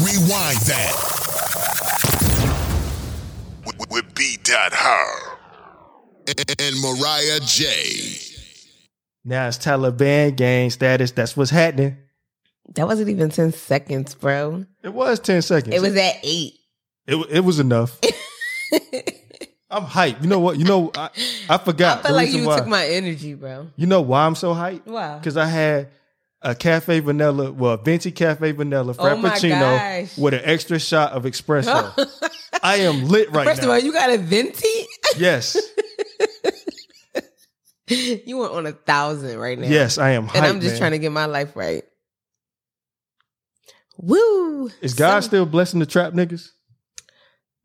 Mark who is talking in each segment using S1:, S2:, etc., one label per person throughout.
S1: Rewind that. With, with- with B. Dot Her. And, and Mariah J.
S2: Now it's Taliban gang status. That's what's happening.
S3: That wasn't even 10 seconds, bro.
S2: It was 10 seconds.
S3: It was at eight.
S2: it, wa- it was enough. I'm hyped. You know what? You know, I, I forgot.
S3: I
S2: the
S3: felt like
S2: reason
S3: you
S2: why.
S3: took my energy, bro.
S2: You know why I'm so hyped?
S3: Wow.
S2: Because I had a cafe vanilla, well, venti cafe vanilla
S3: Oh my
S2: frappuccino
S3: gosh.
S2: with an extra shot of espresso. I am lit right
S3: First
S2: now.
S3: of all, you got a venti?
S2: yes,
S3: you went on a thousand right now.
S2: yes, I am hyped.
S3: And I'm just trying to get my life right. Woo.
S2: Is God
S3: So-
S2: still blessing the trap niggas?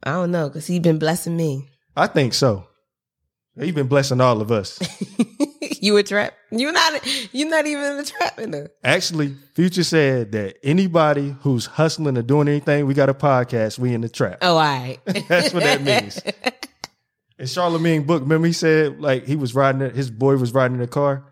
S3: I don't know, because he been blessing me.
S2: I think so. He been blessing all of us.
S3: you a trap. You're not you're not even a trap in there.
S2: Actually, Future said that anybody who's hustling or doing anything, we got a podcast. We in the trap.
S3: Oh, all right.
S2: That's what that means. And Charlemagne book, remember he said like he was riding, it- his boy was riding in the car.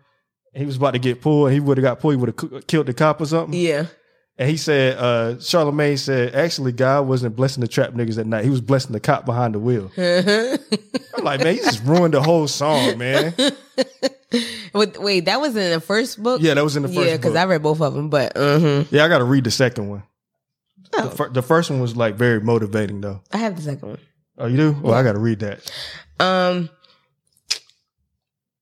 S2: and He was about to get pulled. And he would have got pulled. He would have killed the cop or something.
S3: yeah.
S2: And he said, uh, Charlemagne said, actually, God wasn't blessing the trap niggas that night. He was blessing the cop behind the wheel. I'm like, man, he just ruined the whole song, man.
S3: Wait, wait, that was in the first book?
S2: Yeah, that was in the first.
S3: yeah, because
S2: book.
S3: I read both of them, but mhm.
S2: yeah, I got to read the second one.
S3: Oh.
S2: The, fir- the first one was like very motivating though.
S3: I have the second one.
S2: Oh, you do? Oh, I got to read that.
S3: Um.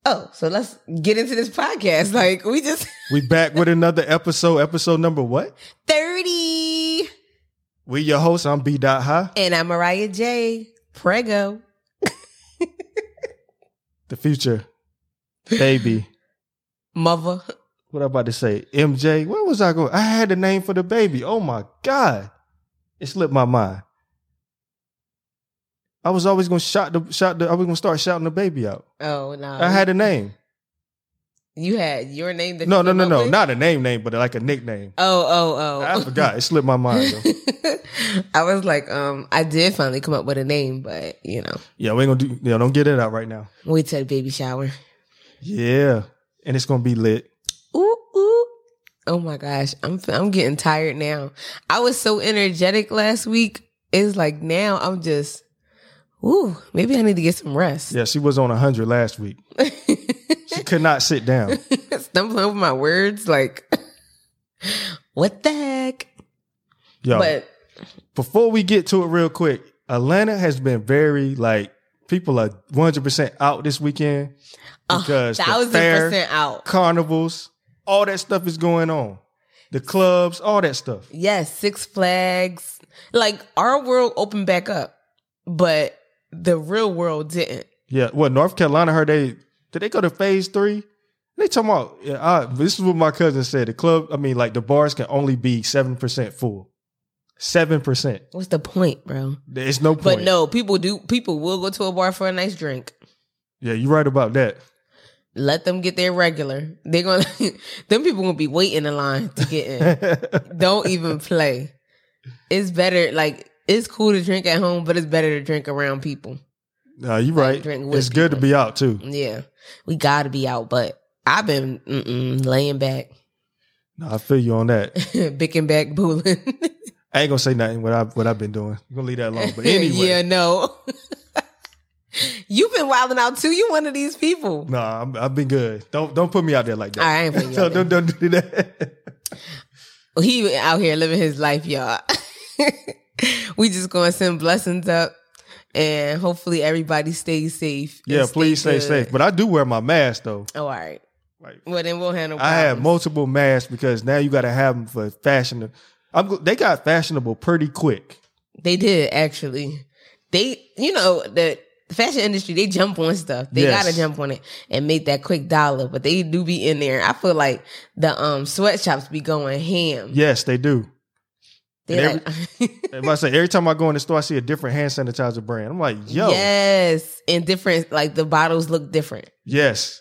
S3: Oh, so let's get into this podcast. Like we just
S2: We back with another episode. Episode number what?
S3: thirty,
S2: We your host. I'm B. Dot High.
S3: and I'm Mariah J. Prego.
S2: The future, baby.
S3: Mother,
S2: what I about to say? MJ. Where was I going? I had the name for the baby. Oh my god, it slipped my mind. I was always gonna shout the shout the. I was gonna start shouting the baby out.
S3: oh no!
S2: I had a name.
S3: you had your name. That
S2: No,
S3: you
S2: no,
S3: came
S2: no,
S3: up
S2: no.
S3: with?
S2: Not a name name, but like a nickname.
S3: Oh,
S2: I
S3: oh,
S2: forgot. It slipped my mind. Though.
S3: oh. I was like, um, I did finally come up with a name, but you know,
S2: Yeah, we ain't gonna do. Yeah, don't get it out right now.
S3: wait till the baby shower.
S2: Yeah, and it's gonna be lit.
S3: Ooh, ooh. Oh my gosh, I'm I'm getting tired now. I was so energetic last week. It's like now I'm just, ooh, maybe I need to get some rest.
S2: Yeah, she was on hundred last week. she could not sit down.
S3: Stumbling over my words, like, what the heck?
S2: Yo,
S3: But
S2: before we get to it, real quick, Atlanta has been very like people are one hundred percent out this weekend
S3: a
S2: because the
S3: uh, thousand
S2: fair,
S3: percent out.
S2: carnivals, all that stuff is going on. The clubs, all that stuff.
S3: Yes, Six Flags. Like our world opened back up, but the real world didn't.
S2: Yeah, well, North Carolina heard they did they go to phase three? They talking about yeah, I, this is what my cousin said. The club, I mean, like the bars can only be seven percent full. Seven percent.
S3: What's the point, bro?
S2: There's no point.
S3: But no, people do. People will go to a bar for a nice drink.
S2: Yeah, you're right about that.
S3: Let them get their regular. They're gonna them people gonna be waiting in line to get in. Don't even play. It's better like it's cool to drink at home, but it's better to drink around people.
S2: no, you're right.
S3: drink with
S2: It's good to
S3: people. Mm.
S2: be out too.
S3: Yeah. We gotta be out, but I've been mm-mm, laying back,
S2: No, I feel you on that.
S3: bicking back, booling.
S2: I ain't gonna say nothing what I what I've been doing. I'm gonna leave that alone. But anyway,
S3: yeah, no. You've been wilding out too. You one of these people.
S2: nah, I'm, I've been good. Don't don't put me out there like that.
S3: I ain't putting you out
S2: don't, don't do that.
S3: He out here living his life, y'all. we just gonna send blessings up, and hopefully everybody stays safe. and
S2: yeah, please stay
S3: good.
S2: safe. But I do wear my mask though.
S3: Oh, all right.
S2: Like
S3: Well, then we'll handle.
S2: I have
S3: problems.
S2: multiple masks because now you got to have them for fashion. I'm go- they got fashionable pretty quick.
S3: They did actually. They, you know, the fashion industry, they jump on stuff. They
S2: Yes.
S3: gotta jump on it and make that quick dollar. But they do be in there. I feel like the um sweatshops be going ham.
S2: Yes, they do.
S3: They
S2: and
S3: like,
S2: If I say every time I go in the store, I see a different hand sanitizer brand. I'm like, yo,
S3: Yes, and different. Like the bottles look different.
S2: yes.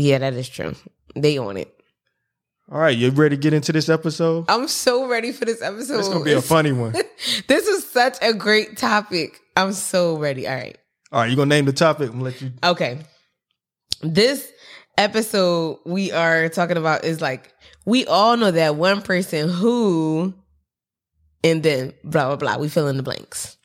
S3: Yeah, that is true. They on it.
S2: All right, you ready to get into this episode?
S3: I'm so ready for this episode.
S2: It's gonna be a funny one.
S3: This is such a great topic. I'm so ready. All right.
S2: All right, you gonna name the topic? I'm gonna let you.
S3: Okay. This episode we are talking about is like we all know that one person who and then blah blah blah. We fill in the blanks.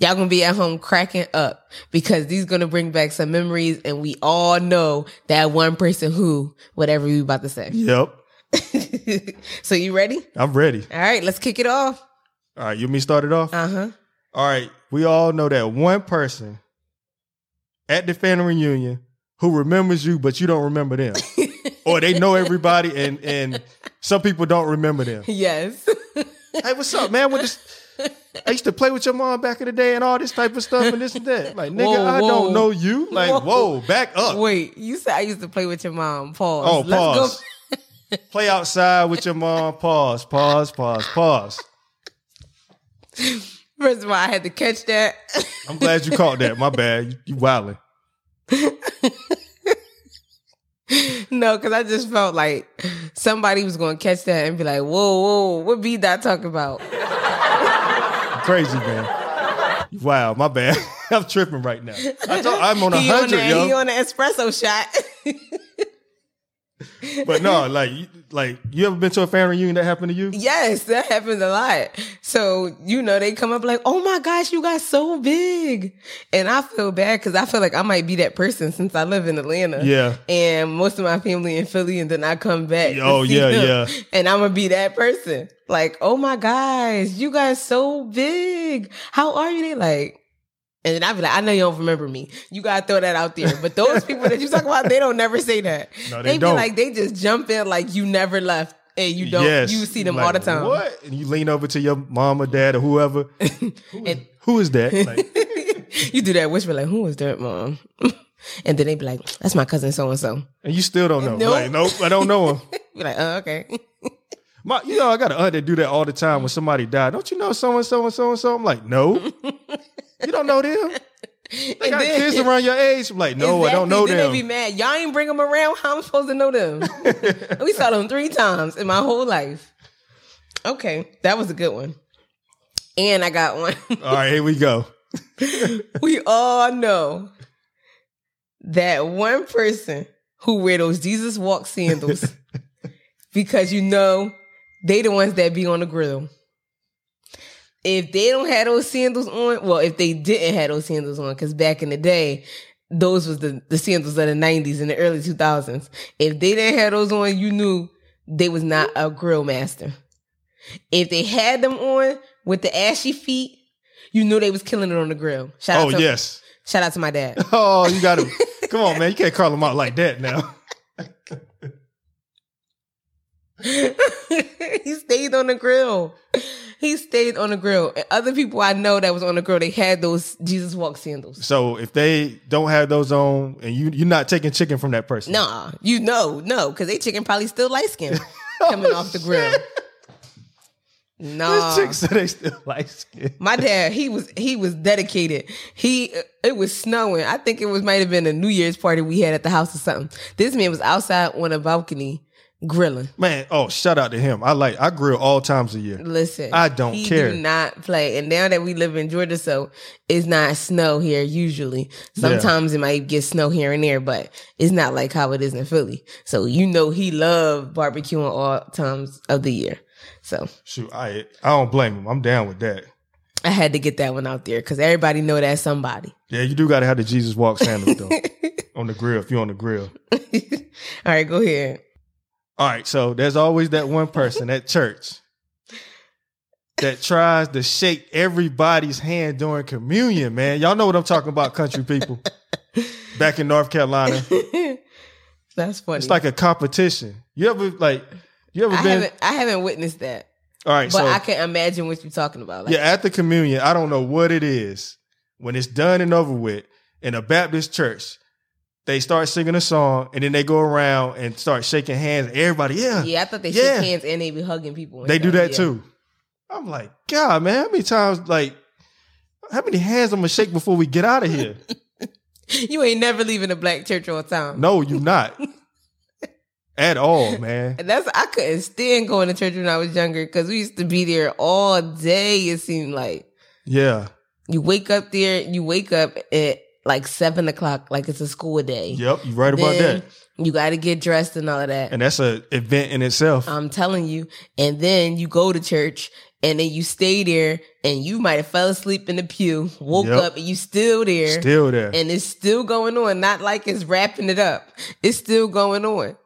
S3: Y'all gonna be at home cracking up because these gonna bring back some memories, and we all know that one person who whatever you about to say.
S2: Yep.
S3: so you ready?
S2: I'm ready.
S3: All right, let's kick it off.
S2: All right, you and me started off.
S3: Uh huh.
S2: All right, we all know that one person at the family reunion who remembers you, but you don't remember them, or they know everybody, and and some people don't remember them.
S3: Yes.
S2: Hey, what's up, man? What this? I used to play with your mom back in the day, and all this type of stuff, and this and that. Like, nigga,
S3: Whoa,
S2: I
S3: whoa.
S2: don't know you. Like, whoa,
S3: Whoa.
S2: back up.
S3: Wait, you said I used to play with your mom. Pause.
S2: Oh,
S3: Let's go-
S2: pause. Play outside with your mom. Pause. Pause. Pause. Pause.
S3: First of all, I had to catch that.
S2: I'm glad you caught that. My bad. You, you wilding.
S3: no, because I just felt like somebody was going to catch that and be like, whoa, whoa, what beat that talk about?
S2: You crazy man. You Wow. My bad. I'm tripping right now. I told, I'm on a
S3: he, on
S2: hundred,
S3: that, he
S2: yo.
S3: on the espresso shot.
S2: But no, like, you- like you ever been to a family reunion that happened to you?
S3: yes, that happens a lot. So, you know, they come up like, oh my gosh, you got so big. And I feel bad because I feel like I might be that person since I live in Atlanta.
S2: Yeah.
S3: and most of my family in Philly, and then I come back. to
S2: Oh,
S3: see
S2: yeah,
S3: them,
S2: yeah.
S3: And I'm gonna be that person. Like, oh my guys, you guys so big. How are you? They like, and then I be like, I know you don't remember me. You gotta throw that out there. But those people that you talk about, they don't never say that.
S2: No, they don't.
S3: be like, they just jump in like you never left, and you don't.
S2: Yes.
S3: You see them
S2: Like,
S3: all the time.
S2: What? And you lean over to your mom or dad or whoever. Who is, who is that? Like,
S3: you do that whisper like, who was that, mom? and then they be like, that's my cousin so and so.
S2: and you still don't know.
S3: Nope.
S2: Like, nope, I don't know him.
S3: Be like, oh okay.
S2: My, you know, I got an aunt that do that all the time when somebody died. Don't you know so and so and so and so? I'm like, no, you don't know them. They
S3: And
S2: got
S3: then-
S2: kids around your age. I'm like, no, I don't know
S3: Then
S2: them.
S3: They be mad. Y'all ain't bring them around. How am I supposed to know them? we saw them three times in my whole life. Okay, that was a good one. And I got one.
S2: all right, here we go.
S3: we all know that one person who wear those Jesus walk sandals because you know they the ones that be on the grill. If they don't have those sandals on, well, if they didn't have those sandals on, because back in the day, those was the, the sandals of the nineties and the early two thousands. If they didn't have those on, you knew they was not a grill master. If they had them on with the ashy feet, you knew they was killing it on the grill. Shout
S2: Oh
S3: out to
S2: yes.
S3: shout out to my dad.
S2: Oh, you got to come on, man. You can't call them out like that now.
S3: he stayed on the grill. He stayed on the grill. And other people I know that was on the grill, they had those Jesus walk sandals.
S2: So if they don't have those on, and you you're not taking chicken from that person.
S3: Nah, you know, no, because they chicken probably still light skin coming off the grill.
S2: this
S3: Nah.
S2: chick said they still like skin.
S3: My dad, he was he was dedicated. He it was snowing. I think it was might have been a New Year's party we had at the house or something. This man was outside on a balcony grilling.
S2: Man, oh, shout out to him. I like I grill all times a year.
S3: Listen,
S2: I don't
S3: he
S2: care.
S3: Do not play. And now that we live in Georgia, so it's not snow here usually. Sometimes it might get snow here and there, but it's not like how it is in Philly. So you know he loved barbecuing all times of the year. So
S2: Shoot, I I don't blame him. I'm down with that.
S3: I had to get that one out there because everybody know that's somebody.
S2: Yeah, you do got to have the Jesus walk sandals though on the grill if you're on the grill.
S3: all right, go ahead.
S2: All right, so there's always that one person at church that tries to shake everybody's hand during communion, man. Y'all know what I'm talking about, country people. Back in North Carolina,
S3: that's funny.
S2: it's like a competition. You ever like you ever
S3: I
S2: been
S3: haven't I haven't witnessed that,
S2: All right,
S3: but
S2: so
S3: I can imagine what you're talking about. Like,
S2: yeah, at the communion, I don't know what it is. When it's done and over with in a Baptist church, they start singing a song and then they go around and start shaking hands. Everybody, yeah,
S3: yeah, I thought they
S2: Yeah.
S3: shook hands and they be hugging people. and
S2: they do
S3: stuff.
S2: that
S3: Yeah.
S2: too. I'm like, God, man, how many times, like, how many hands I'm gonna shake before we get out of here?
S3: You ain't never leaving a black church all time.
S2: no, you not at all, man.
S3: And that's I couldn't stand going to church when I was younger because we used to be there all day. It seemed like
S2: Yeah,
S3: you wake up there, you wake up at like seven o'clock, like it's a school day.
S2: yep, you right about
S3: Then
S2: that.
S3: You got to get dressed and all of that.
S2: And that's a event in itself.
S3: I'm telling you. And then you go to church and then you stay there and you might have fell asleep in the pew, woke
S2: Yep.
S3: up and you still there
S2: Still there.
S3: and it's still going on. Not like it's wrapping it up. It's still going on.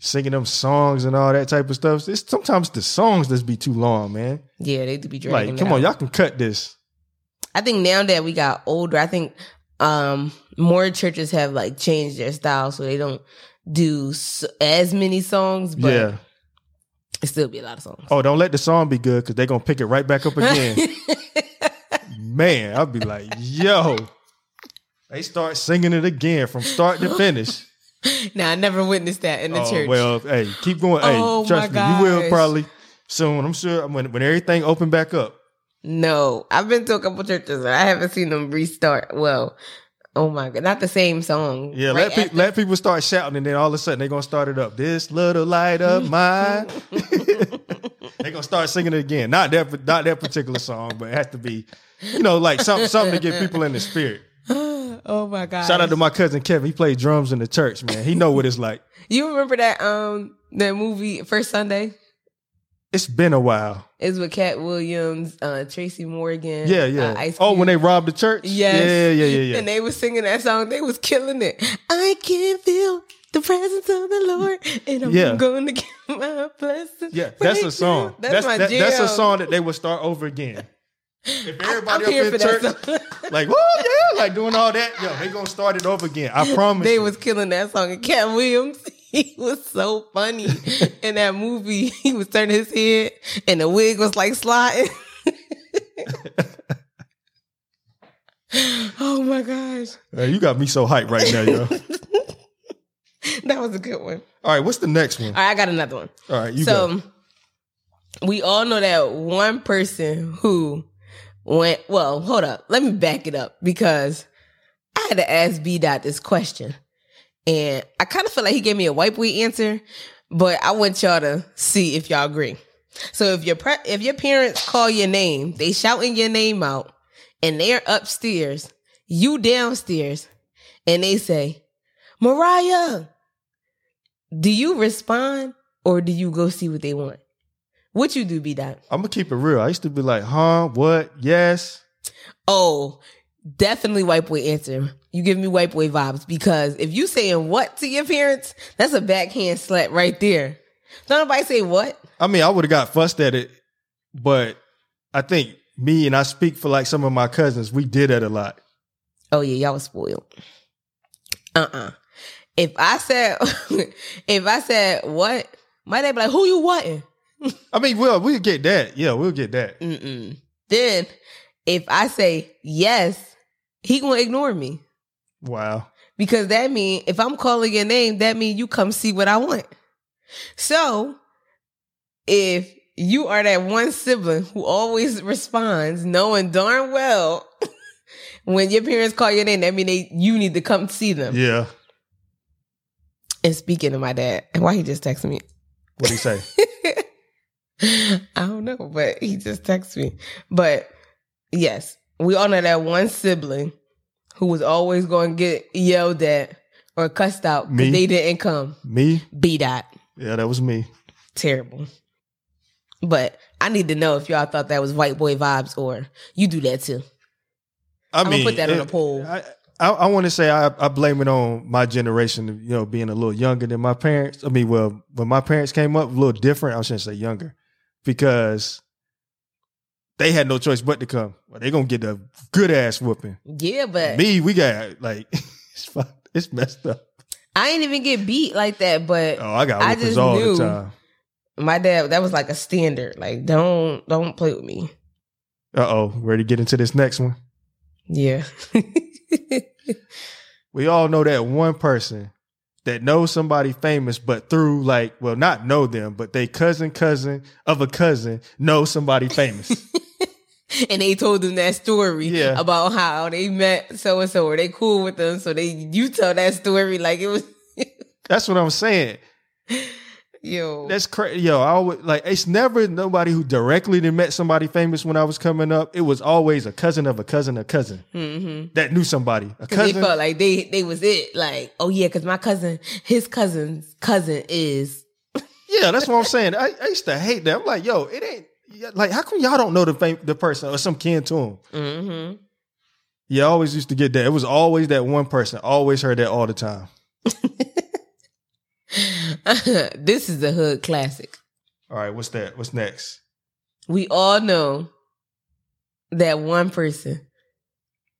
S2: Singing them songs and all that type of stuff. It's sometimes the songs that's be too long, man.
S3: Yeah, they do be dragging.
S2: Like,
S3: it
S2: come on,
S3: out.
S2: y'all can cut this.
S3: I think now that we got older, I think um more churches have like changed their style so they don't do s as many songs, but
S2: yeah.
S3: it still be a lot of songs.
S2: Oh, don't let the song be good because they're gonna pick it right back up again. man, I'll be like, yo. They start singing it again from start to finish.
S3: now I never witnessed that in the
S2: Oh,
S3: church.
S2: Well, hey, keep going. Hey,
S3: Oh,
S2: trust me,
S3: my
S2: you will
S3: gosh.
S2: probably soon. I'm sure when when everything open back up.
S3: No, I've been to a couple churches and I haven't seen them restart. Well, oh my god, not the same song.
S2: Yeah,
S3: Right
S2: let pe-
S3: after-
S2: let people start shouting, and then all of a sudden they're gonna start it up. This little light of mine. they're gonna start singing it again. Not that not that particular song, but it has to be, you know, like something something to get people in the spirit.
S3: oh my god!
S2: Shout out to my cousin Kevin. He played drums in the church. Man, he know what it's like.
S3: You remember that um that movie First Sunday?
S2: It's been a while.
S3: Is with Cat Williams, uh, Tracy Morgan.
S2: Yeah,
S3: uh,
S2: yeah.
S3: Ice
S2: oh,
S3: Cube.
S2: when they robbed the church.
S3: Yes.
S2: Yeah, yeah, yeah,
S3: And
S2: yeah.
S3: they was singing that song. They was killing it. I can feel the presence of the Lord, and I'm
S2: Yeah.
S3: going to get my blessing.
S2: Yeah, that's
S3: right
S2: a song.
S3: now.
S2: That's that's,
S3: my
S2: that, that's a
S3: jam.
S2: song that they would start over again. If
S3: I'm
S2: everybody
S3: here
S2: up
S3: for
S2: in church,
S3: that song.
S2: like, oh yeah, like doing all that, yo, they gonna start it over again. I promise.
S3: They
S2: you.
S3: was killing that song. And Cat Williams, he was so funny in that movie. He was turning his head, and the wig was like sliding. oh my gosh,
S2: Hey, you got me so hyped right now, yo.
S3: that was a good one.
S2: all right, what's the next one?
S3: All right, I got another one.
S2: All right, you
S3: so
S2: go.
S3: we all know that one person who went. Well, hold up. Let me back it up because I had to ask B dot this question, and I kind of feel like he gave me a white boy answer, but I want y'all to see if y'all agree. So if your pre- if your parents call your name, they shouting your name out, and they're upstairs, you downstairs, and they say, "Mariah." Do you respond or do you go see what they want? What you do, B dot?
S2: I'm gonna keep it real. I used to be like, huh, what? Yes.
S3: Oh, definitely white boy answer. You give me white boy vibes because if you saying what to your parents, that's a backhand slap right there. Don't nobody say what.
S2: I mean, I would have got fussed at it, but I think me and I speak for like some of my cousins, we did that a lot.
S3: Oh yeah, y'all was spoiled. Uh uh If I said if I said what, my dad be like, who you wanting?
S2: I mean, well, we'll get that. Yeah, we'll get that.
S3: Mm-mm. Then if I say yes, he gonna ignore me.
S2: Wow.
S3: Because that mean if I'm calling your name, that mean you come see what I want. So if you are that one sibling who always responds, knowing darn well when your parents call your name, that mean they you need to come see them.
S2: Yeah.
S3: And speaking to my dad, and why he just texted me.
S2: What do you say?
S3: I don't know, but he just texted me. But yes, we all know that one sibling who was always going to get yelled at or cussed out
S2: Me?
S3: because they didn't come.
S2: me?
S3: B dot.
S2: Yeah, that was me.
S3: Terrible. But I need to know if y'all thought that was white boy vibes or you do that too.
S2: I
S3: I'm
S2: mean,
S3: gonna put that on a
S2: it-
S3: poll.
S2: I, I, I want to say I, I blame it on my generation, you know, being a little younger than my parents. I mean, well, when my parents came up, a little different. I shouldn't say younger because they had no choice but to come. Well, they gonna get a good ass whooping.
S3: yeah, but
S2: Me, we got like it's fucked- it's messed up.
S3: I ain't even get beat like that. But
S2: Oh, I got
S3: I
S2: whoopings
S3: just
S2: all
S3: knew.
S2: the time.
S3: my dad, that was like a standard. Like, don't don't play with me.
S2: Uh oh, ready to get into this next one.
S3: Yeah.
S2: we all know that one person that knows somebody famous, but through like, well, not know them, but they cousin, cousin of a cousin knows somebody famous.
S3: and they told them that story
S2: Yeah.
S3: about how they met so and so or they cool with them. So they you tell that story like it was
S2: That's what I'm saying.
S3: yo.
S2: That's crazy. Yo, I always like it's never nobody who directly done met somebody famous when I was coming up. It was always a cousin of a cousin, a cousin
S3: mm-hmm.
S2: that knew somebody. A
S3: Cause they
S2: cousin.
S3: felt like they they was it. Like, oh yeah, cause my cousin, his cousin's cousin is
S2: Yeah, that's what I'm saying. I, I used to hate that. I'm like, yo, it ain't like how come y'all don't know the fam- the person or some kin to him?
S3: Mm-hmm.
S2: You always used to get that. It was always that one person. Always heard that all the time.
S3: this is a hood classic.
S2: All right, what's that? What's next?
S3: We all know that one person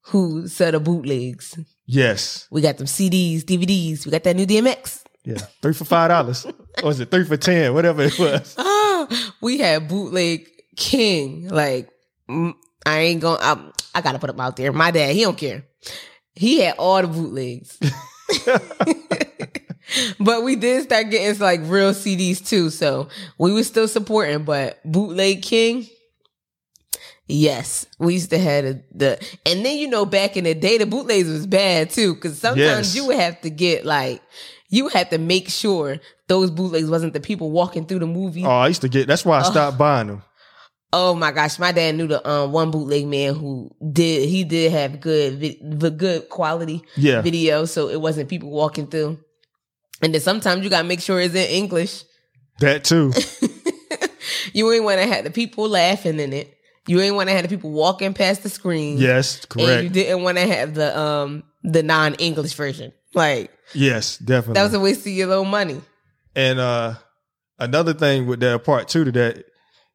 S3: who sell the bootlegs.
S2: Yes,
S3: We got them CDs, DVDs. We got that new DMX.
S2: yeah, three for five dollars. or was it three for ten? Whatever it was.
S3: Ah, we had bootleg king. Like mm, I ain't gonna. I, I gotta put him out there. My dad, he don't care. He had all the bootlegs. but we did start getting like real CDs too, so we was still supporting. But bootleg king, yes, we used to have the, the and then you know back in the day the bootlegs was bad too, because sometimes
S2: Yes.
S3: you would have to get like you had to make sure those bootlegs wasn't the people walking through the movie.
S2: Oh, I used to get. That's why I stopped buying them.
S3: Oh my gosh, my dad knew the um one bootleg man who did he did have good vi- the good quality
S2: Yeah,
S3: video, so it wasn't people walking through. And then sometimes you gotta make sure it's in English.
S2: that too.
S3: you ain't want to have the people laughing in it. You ain't want to have the people walking past the screen.
S2: Yes,
S3: and you
S2: correct.
S3: didn't want to have the um the non English version. Like
S2: Yes, definitely.
S3: that was a waste of your little money.
S2: And uh another thing with that part too to that,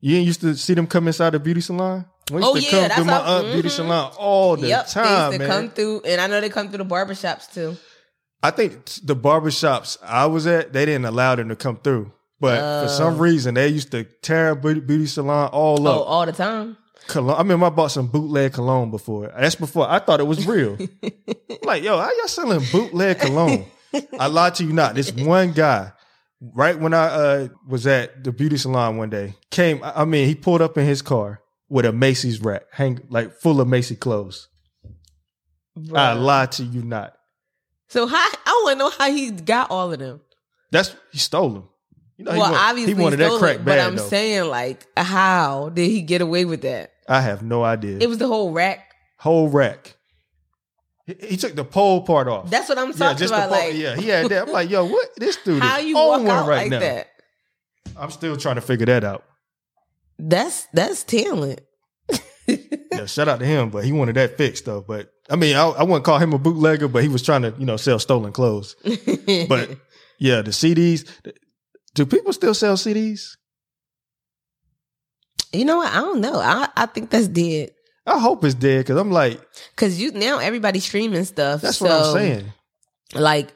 S2: you ain't used to see them come inside the beauty salon. We used
S3: Oh,
S2: to
S3: yeah,
S2: come
S3: that's
S2: through my
S3: how-
S2: aunt beauty
S3: mhm.
S2: salon all the
S3: yep,
S2: time,
S3: they used to
S2: man.
S3: come through, and I know they come through the barbershops too.
S2: I think t- the barbershops I was at, they didn't allow them to come through. But for some
S3: Oh.
S2: reason, they used to tear beauty, beauty salon all
S3: Oh,
S2: up.
S3: all the time.
S2: Cologne. I remember I bought some bootleg cologne before. That's before I thought it was real. like, yo, how y'all selling bootleg cologne? I lied to you not. This one guy, right when I uh, was at the beauty salon one day, came. I I mean, he pulled up in his car with a Macy's rack, hang like full of Macy clothes. I
S3: Bruh.
S2: lied to you not.
S3: So how I want to know how he got all of them.
S2: That's he stole them. You know, he
S3: well,
S2: wanted,
S3: obviously,
S2: he wanted
S3: stole
S2: that crack
S3: it,
S2: bad.
S3: but I'm
S2: though.
S3: saying like, how did he get away with that?
S2: I have no idea.
S3: It was the whole rack.
S2: Whole rack. He, he took the pole part off.
S3: That's what I'm talking about.
S2: the part-
S3: like,
S2: yeah, he had that. I'm like, yo, what this dude
S3: how
S2: is
S3: you
S2: on
S3: walk
S2: one
S3: out
S2: right
S3: like
S2: now.
S3: that?
S2: I'm still trying to figure that out.
S3: That's that's talent.
S2: Yeah, shout out to him, but he wanted that fixed though. But I mean, I, I wouldn't call him a bootlegger, but he was trying to, you know, sell stolen clothes. But yeah, the CDs. Do people still sell CDs?
S3: you know what? I don't know. I I think that's dead
S2: I hope it's dead because I'm like,
S3: because you now everybody's streaming stuff.
S2: that's what I'm
S3: so,
S2: saying.
S3: Like,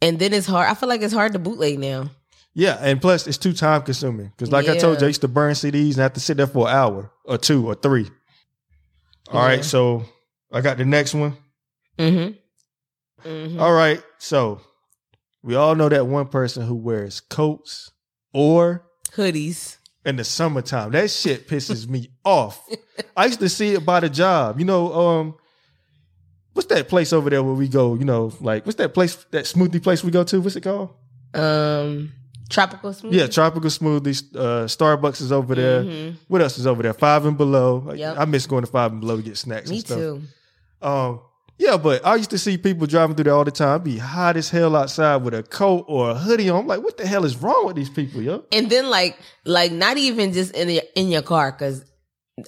S3: and then it's hard. I feel like it's hard to bootleg now.
S2: Yeah, and plus it's too time consuming because, like I told you,
S3: Yeah.
S2: I used to burn CDs and I have to sit there for an hour or two or three. All right,
S3: Yeah.
S2: so I got the next one.
S3: Mm-hmm. mm-hmm.
S2: All right. So we all know that one person who wears coats or
S3: Hoodies.
S2: in the summertime. That shit pisses me off. I used to see it by the job. You know, um, what's that place over there where we go, you know, like what's that place that smoothie place we go to? What's it called?
S3: Um, tropical smoothie.
S2: Yeah, tropical smoothies. Uh Starbucks is over there.
S3: Mhm.
S2: What else is over there? Five and below. Like,
S3: Yep.
S2: I miss going to five and below to get snacks
S3: Me
S2: and stuff.
S3: too.
S2: Um, yeah, but I used to see people driving through there all the time. Be hot as hell outside with a coat or a hoodie on. I'm like, what the hell is wrong with these people, yo?
S3: And then like like not even just in your in your car because.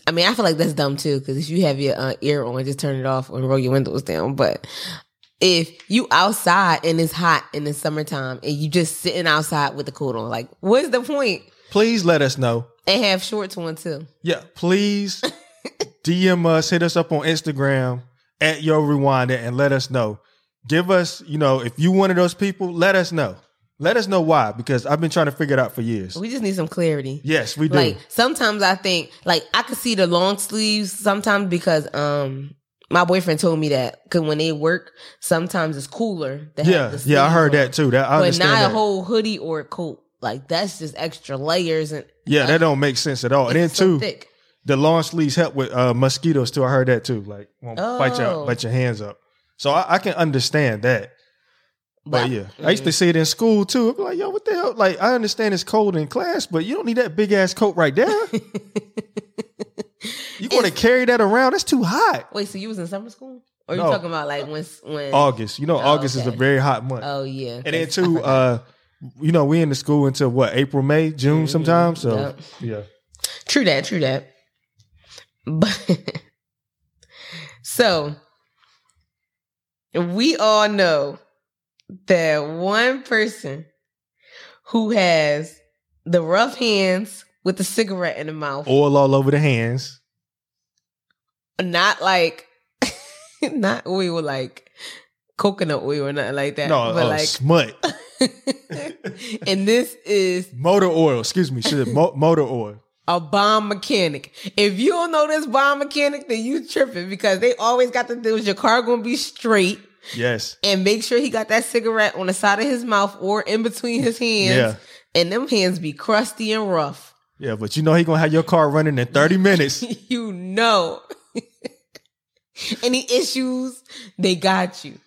S3: I mean, I feel like that's dumb too, because if you have your uh, ear on, just turn it off and roll your windows down. But if you outside and it's hot in the summertime and you just sitting outside with the coat on, like what's the point?
S2: Please let us know.
S3: And have shorts on too.
S2: Yeah, please DM us, hit us up on Instagram at Yo Rewinder and let us know. Give us, you know, if you one of those people, let us know. Let us know why, because I've been trying to figure it out for years.
S3: We just need some clarity.
S2: yes, we do.
S3: Like sometimes I think like I could see the long sleeves sometimes because um my boyfriend told me that because when they work sometimes it's cooler. To have
S2: yeah,
S3: the
S2: yeah, I
S3: sleeves
S2: heard
S3: on.
S2: that too. That I
S3: but not
S2: understand
S3: a
S2: that.
S3: whole hoodie or a coat. Like that's just extra layers and
S2: yeah, that don't make sense at all. And Oh, then
S3: it's so
S2: too,
S3: thick.
S2: the long sleeves help with uh, mosquitoes too. I heard that too. Like won't bite your
S3: Oh.
S2: bite your hands up. So I, I can understand that. But yeah, I used to
S3: Mhm.
S2: see it in school too. I'd be like, yo, what the hell? Like I understand it's cold in class, but you don't need that big ass coat right there. you going to carry that around? That's too hot.
S3: wait. So you was in summer school, or
S2: No.
S3: you talking about like when when?
S2: August, you know,
S3: Oh,
S2: August is a
S3: okay.
S2: very hot month.
S3: oh yeah,
S2: and then too, uh, you know, we in the school until what April, May, June
S3: Mhm.
S2: sometimes. So
S3: Yep.
S2: yeah,
S3: True that, true that. But so we all know that one person who has the rough hands with the cigarette in the mouth,
S2: Oil all over the hands.
S3: not like not oil like coconut oil or nothing like that,
S2: no,
S3: but
S2: uh, smut.
S3: like. and this is
S2: Motor oil. Excuse me. Should mo- motor oil.
S3: a bomb mechanic. If you don't know this bomb mechanic, then you tripping because they always got to do is your car gonna be straight
S2: Yes.
S3: and make sure he got that cigarette on the side of his mouth or in between his hands.
S2: Yeah.
S3: And them hands be crusty and rough.
S2: Yeah, but you know he gonna have your car running in 30 minutes.
S3: you know. Any issues, they got you.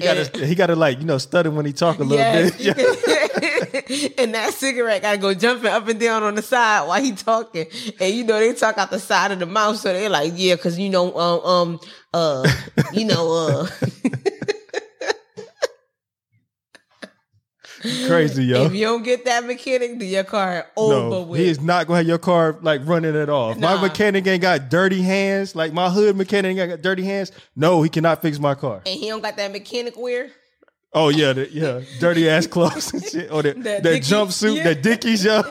S2: gotta he gotta like, you know, stutter when he talk a little
S3: Yes.
S2: bit. Yeah.
S3: and that cigarette gotta go jumping up and down on the side while he talking. And you know they talk out the side of the mouth, so they like, yeah, cause you know, um, um, uh, you know, uh,
S2: Crazy, yo.
S3: if you don't get that mechanic, then your car over
S2: No,
S3: with.
S2: he is not gonna have your car like running at all. If
S3: Nah.
S2: My mechanic ain't got dirty hands, like my hood mechanic ain't got dirty hands. No, he cannot fix my car.
S3: and he don't got that mechanic wear.
S2: Oh yeah, the, yeah, dirty ass clothes and shit, or that
S3: That
S2: that,
S3: Dickies,
S2: jumpsuit,
S3: yeah.
S2: that Dickies, yo.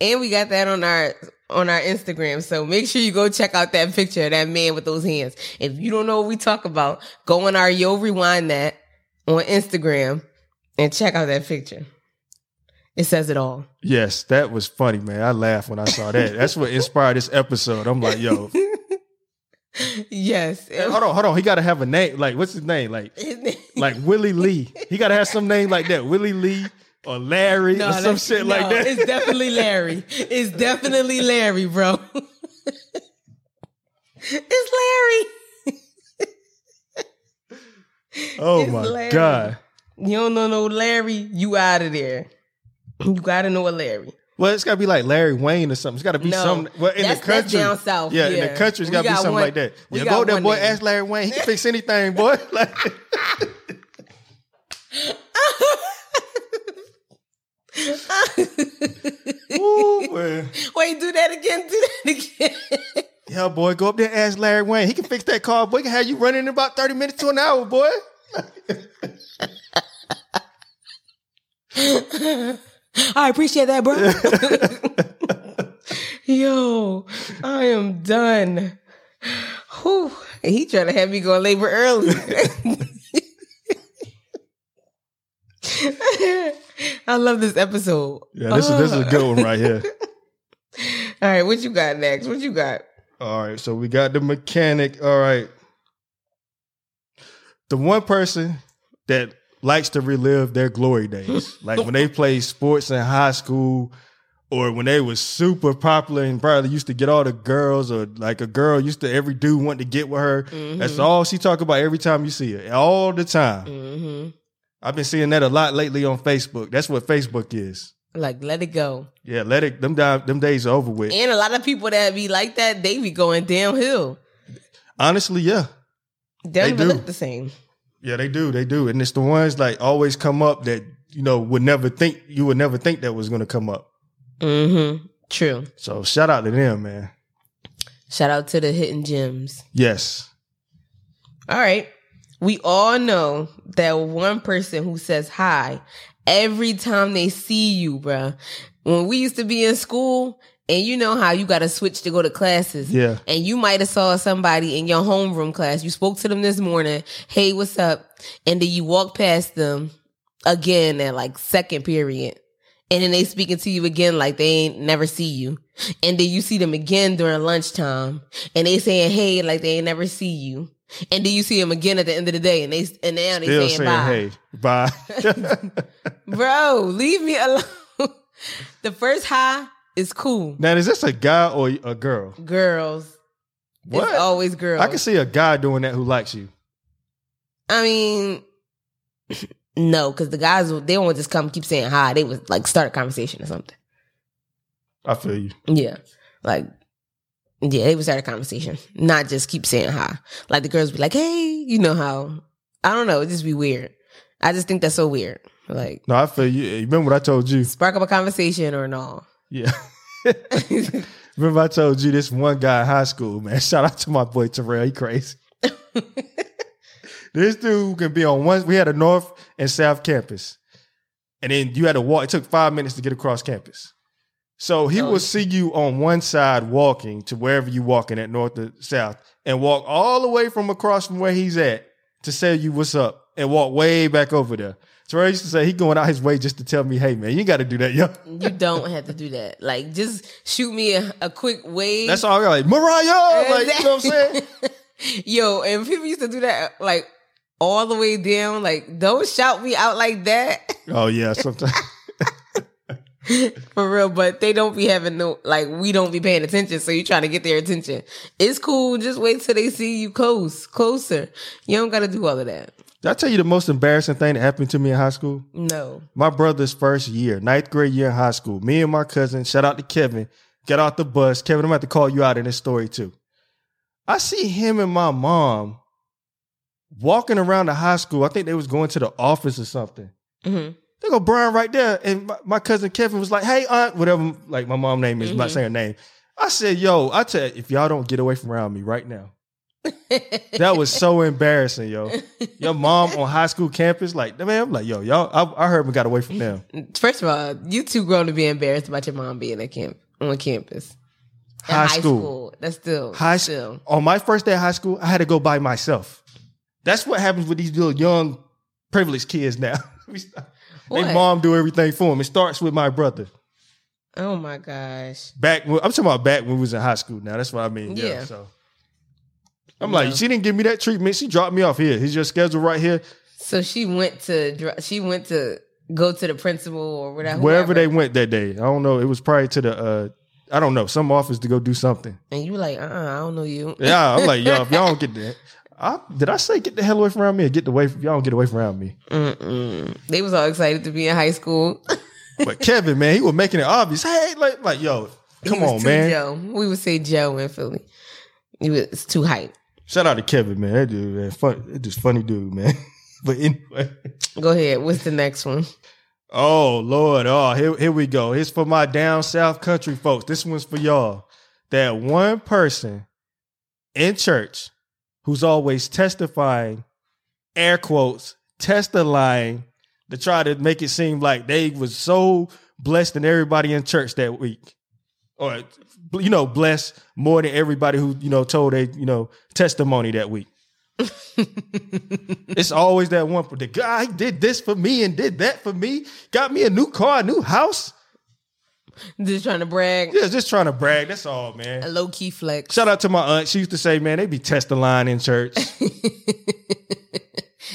S3: And we got that on our on our Instagram. So make sure you go check out that picture of that man with those hands. If you don't know what we talk about, go on our Yo Rewind that on Instagram and check out that picture. It says it all.
S2: Yes, that was funny, man. I laughed when I saw that. That's what inspired this episode. I'm like, yo,
S3: Yes.
S2: hold on, hold on. He gotta have a name. Like, what's his name? Like, like Willie Lee. He gotta have some name like that, Willie Lee or Larry or some
S3: that's-
S2: shit
S3: no,
S2: like that.
S3: It's definitely Larry. It's definitely Larry, bro. it's
S2: oh
S3: it's
S2: my
S3: Larry.
S2: god.
S3: Larry. You don't know no Larry, you out of there. You gotta know a Larry.
S2: Well, it's gotta be like Larry Wayne or something. It's gotta be
S3: No,
S2: some. Well, in
S3: that's- that's
S2: the country,
S3: down south,
S2: Yeah, in
S3: yeah.
S2: the country, it's
S3: We
S2: gotta be
S3: got
S2: something
S3: one-
S2: like that.
S3: we
S2: Yeah,
S3: got
S2: go there,
S3: one
S2: boy.
S3: name.
S2: Ask Larry Wayne. He fix anything, boy. Like, ooh, man.
S3: Wait, do that again. Do that again.
S2: Yeah, boy, go up there and ask Larry Wayne. He can fix that car, boy. He can have you running in about 30 minutes to an hour, boy.
S3: I appreciate that, bro. Yo, I am done. Whew. He tried to have me go to labor early. I love this episode.
S2: Yeah, this is this is a good one right here.
S3: All right, what you got next? What you got?
S2: All right, so we got the mechanic. All right. The one person that likes to relive their glory days, like when they played sports in high school or when they was super popular and probably used to get all the girls or like a girl used to every dude want to get with her. That's all she talk about every time you see her. All the time.
S3: Mm-hmm.
S2: I've been seeing that a lot lately on Facebook. That's what Facebook is.
S3: Like, let it go.
S2: Yeah, let it them di- them days are over with.
S3: And a lot of people that be like that, they be going downhill.
S2: Honestly, yeah.
S3: They don't
S2: They
S3: even
S2: do.
S3: look the same.
S2: Yeah, they do. They do. And it's the ones like always come up that, you know, would never think you would never think that was gonna come up.
S3: Mm-hmm. True.
S2: So shout out to them, man.
S3: Shout out to the hidden gems.
S2: Yes.
S3: All right. We all know that one person who says hi every time they see you, bruh. When we used to be in school, and you know how you got to switch to go to classes.
S2: Yeah.
S3: And you might have saw somebody in your homeroom class. You spoke to them this morning. Hey, what's up? And then you walk past them again at like second period. And then they speaking to you again like they ain't never see you. And then you see them again during lunchtime and they saying hey like they ain't never see you. And then you see them again at the end of the day and they and now they
S2: Still
S3: saying,
S2: saying,
S3: bye.
S2: hey, bye.
S3: Bro, leave me alone. the first high is cool.
S2: now is this a guy or a girl?
S3: Girls.
S2: What?
S3: It's always girls.
S2: I can see a guy doing that who likes you.
S3: I mean, no, because the guys they don't just come keep saying hi. They would like start a conversation or something.
S2: I feel you.
S3: Yeah, like yeah, they would start a conversation, not just keep saying hi. Like the girls be like, "Hey," you know how? I don't know. It just be weird. I just think that's so weird. Like
S2: No, I feel you. You remember what I told you?
S3: spark up a conversation or no?
S2: Yeah. Remember, I told you this one guy in high school, man. Shout out to my boy Terrell. He crazy. this dude can be on one. We had a north and south campus, and then you had to walk. It took five minutes to get across campus. So he
S3: Oh,
S2: will
S3: yeah.
S2: see you on one side walking to wherever you walking at north or south, and walk all the way from across from where he's at to say you what's up, and walk way back over there. Terrell used to say he going out his way just to tell me, "Hey man, you got to do that, yo."
S3: You don't have to do that. Like, just shoot me a, a quick wave.
S2: That's all. I got, Like Mariah, like you know what I'm saying.
S3: Yo, and people used to do that like all the way down. Like, don't shout me out like that
S2: Oh yeah, sometimes.
S3: for real. But they don't be having no like we don't be paying attention. So you trying to get their attention. It's cool. Just wait till they see you close, closer. You don't got to do all of that.
S2: Did I tell you the most embarrassing thing that happened to me in high school?
S3: No.
S2: My brother's first year, ninth grade year in high school. Me and my cousin, shout out to Kevin, get off the bus. Kevin, I'm about to call you out in this story too. I see him and my mom walking around the high school. I think they was going to the office or something.
S3: hmm
S2: They go Brian right there, and my, my cousin Kevin was like, "Hey aunt, whatever." Like my mom name is, I'm not
S3: Mhm.
S2: saying her name. I said, "Yo, I tell you, if y'all don't get away from around me right now." that was so embarrassing, yo. Your mom on high school campus, like man, I'm like, yo, y'all. I, I heard we got away from them.
S3: First of all, you too grown to be embarrassed about your mom being at camp on campus. At
S2: High school.
S3: That's still
S2: High
S3: still.
S2: school. On my first day of high school, I had to go by myself. That's what happens with these little young privileged kids now. We st-
S3: What?
S2: they mom do everything for them. It starts with my brother.
S3: Oh my gosh.
S2: Back, when, I'm talking about back when we was in high school. Now that's what I mean. Yeah.
S3: Yeah.
S2: So I'm like,
S3: Yeah.
S2: she didn't give me that treatment. She dropped me off here. Here's your schedule right here.
S3: So she went to dr- she went to go to the principal or whatever.
S2: Wherever they
S3: whoever.
S2: went that day, I don't know. It was probably to the, uh, I don't know, some office to go do something.
S3: and you like, uh, uh I don't know you.
S2: Yeah, I'm like, yo, if y'all don't get that, I, did I say get the hell away from around me or get the way if y'all don't get away from around me?
S3: Mm-mm. They was all excited to be in high school.
S2: But Kevin, man, he was making it obvious. Hey, like, like, yo,
S3: He
S2: come
S3: was
S2: on,
S3: too
S2: man.
S3: Joe. We would say Joe in Philly. He was too hype.
S2: Shout out to Kevin, man. That dude, man, fun, that just funny dude, man. but anyway,
S3: Go ahead. What's the next one?
S2: oh Lord, oh here, here we go. It's for my down south country folks. This one's for y'all. That one person in church who's always testifying, air quotes, testifying to try to make it seem like they was so blessed than everybody in church that week. Or you know, blessed more than everybody who, you know, told a, you know, testimony that week. it's always that one the guy did this for me and did that for me, got me a new car, a new house.
S3: Just trying to brag.
S2: Yeah, just trying to brag. That's all, man.
S3: A low key flex.
S2: Shout out to my aunt. She used to say, man, they be test the line in church.